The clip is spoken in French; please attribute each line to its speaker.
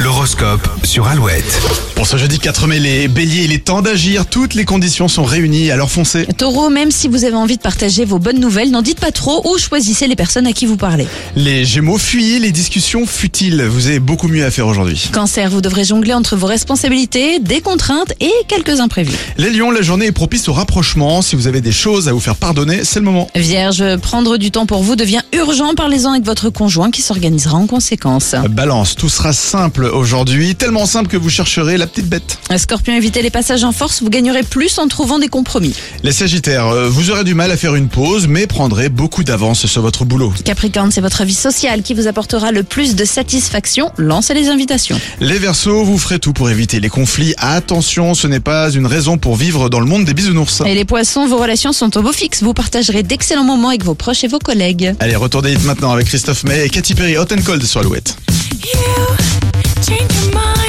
Speaker 1: L'horoscope sur Alouette.
Speaker 2: Pour ce jeudi 4 mai, les béliers, il est temps d'agir. Toutes les conditions sont réunies, alors foncez.
Speaker 3: Taureau, même si vous avez envie de partager vos bonnes nouvelles, n'en dites pas trop ou choisissez les personnes à qui vous parlez.
Speaker 2: Les gémeaux, fuyez les discussions futiles. Vous avez beaucoup mieux à faire aujourd'hui.
Speaker 3: Cancer, vous devrez jongler entre vos responsabilités, des contraintes et quelques imprévus.
Speaker 2: Les lions, la journée est propice au rapprochement. Si vous avez des choses à vous faire pardonner, c'est le moment.
Speaker 3: Vierge, prendre du temps pour vous devient urgent, parlez-en avec votre conjoint qui s'organisera en conséquence.
Speaker 2: Balance, tout sera simple aujourd'hui. Tellement simple que vous chercherez la petite bête.
Speaker 3: Scorpion, évitez les passages en force, vous gagnerez plus en trouvant des compromis.
Speaker 2: Les sagittaires, euh, vous aurez du mal à faire une pause, mais prendrez beaucoup d'avance sur votre boulot.
Speaker 3: Capricorne, c'est votre vie sociale qui vous apportera le plus de satisfaction, lancez les invitations.
Speaker 2: Les versos, vous ferez tout pour éviter les conflits. Attention, ce n'est pas une raison pour vivre dans le monde des bisounours.
Speaker 3: Et les poissons, vos relations sont au beau fixe, vous partagerez d'excellents moments avec vos proches et vos collègues.
Speaker 2: Allez, retournez vite maintenant avec Christophe May et Katy Perry, Hot and Cold sur Alouette.
Speaker 4: you change your mind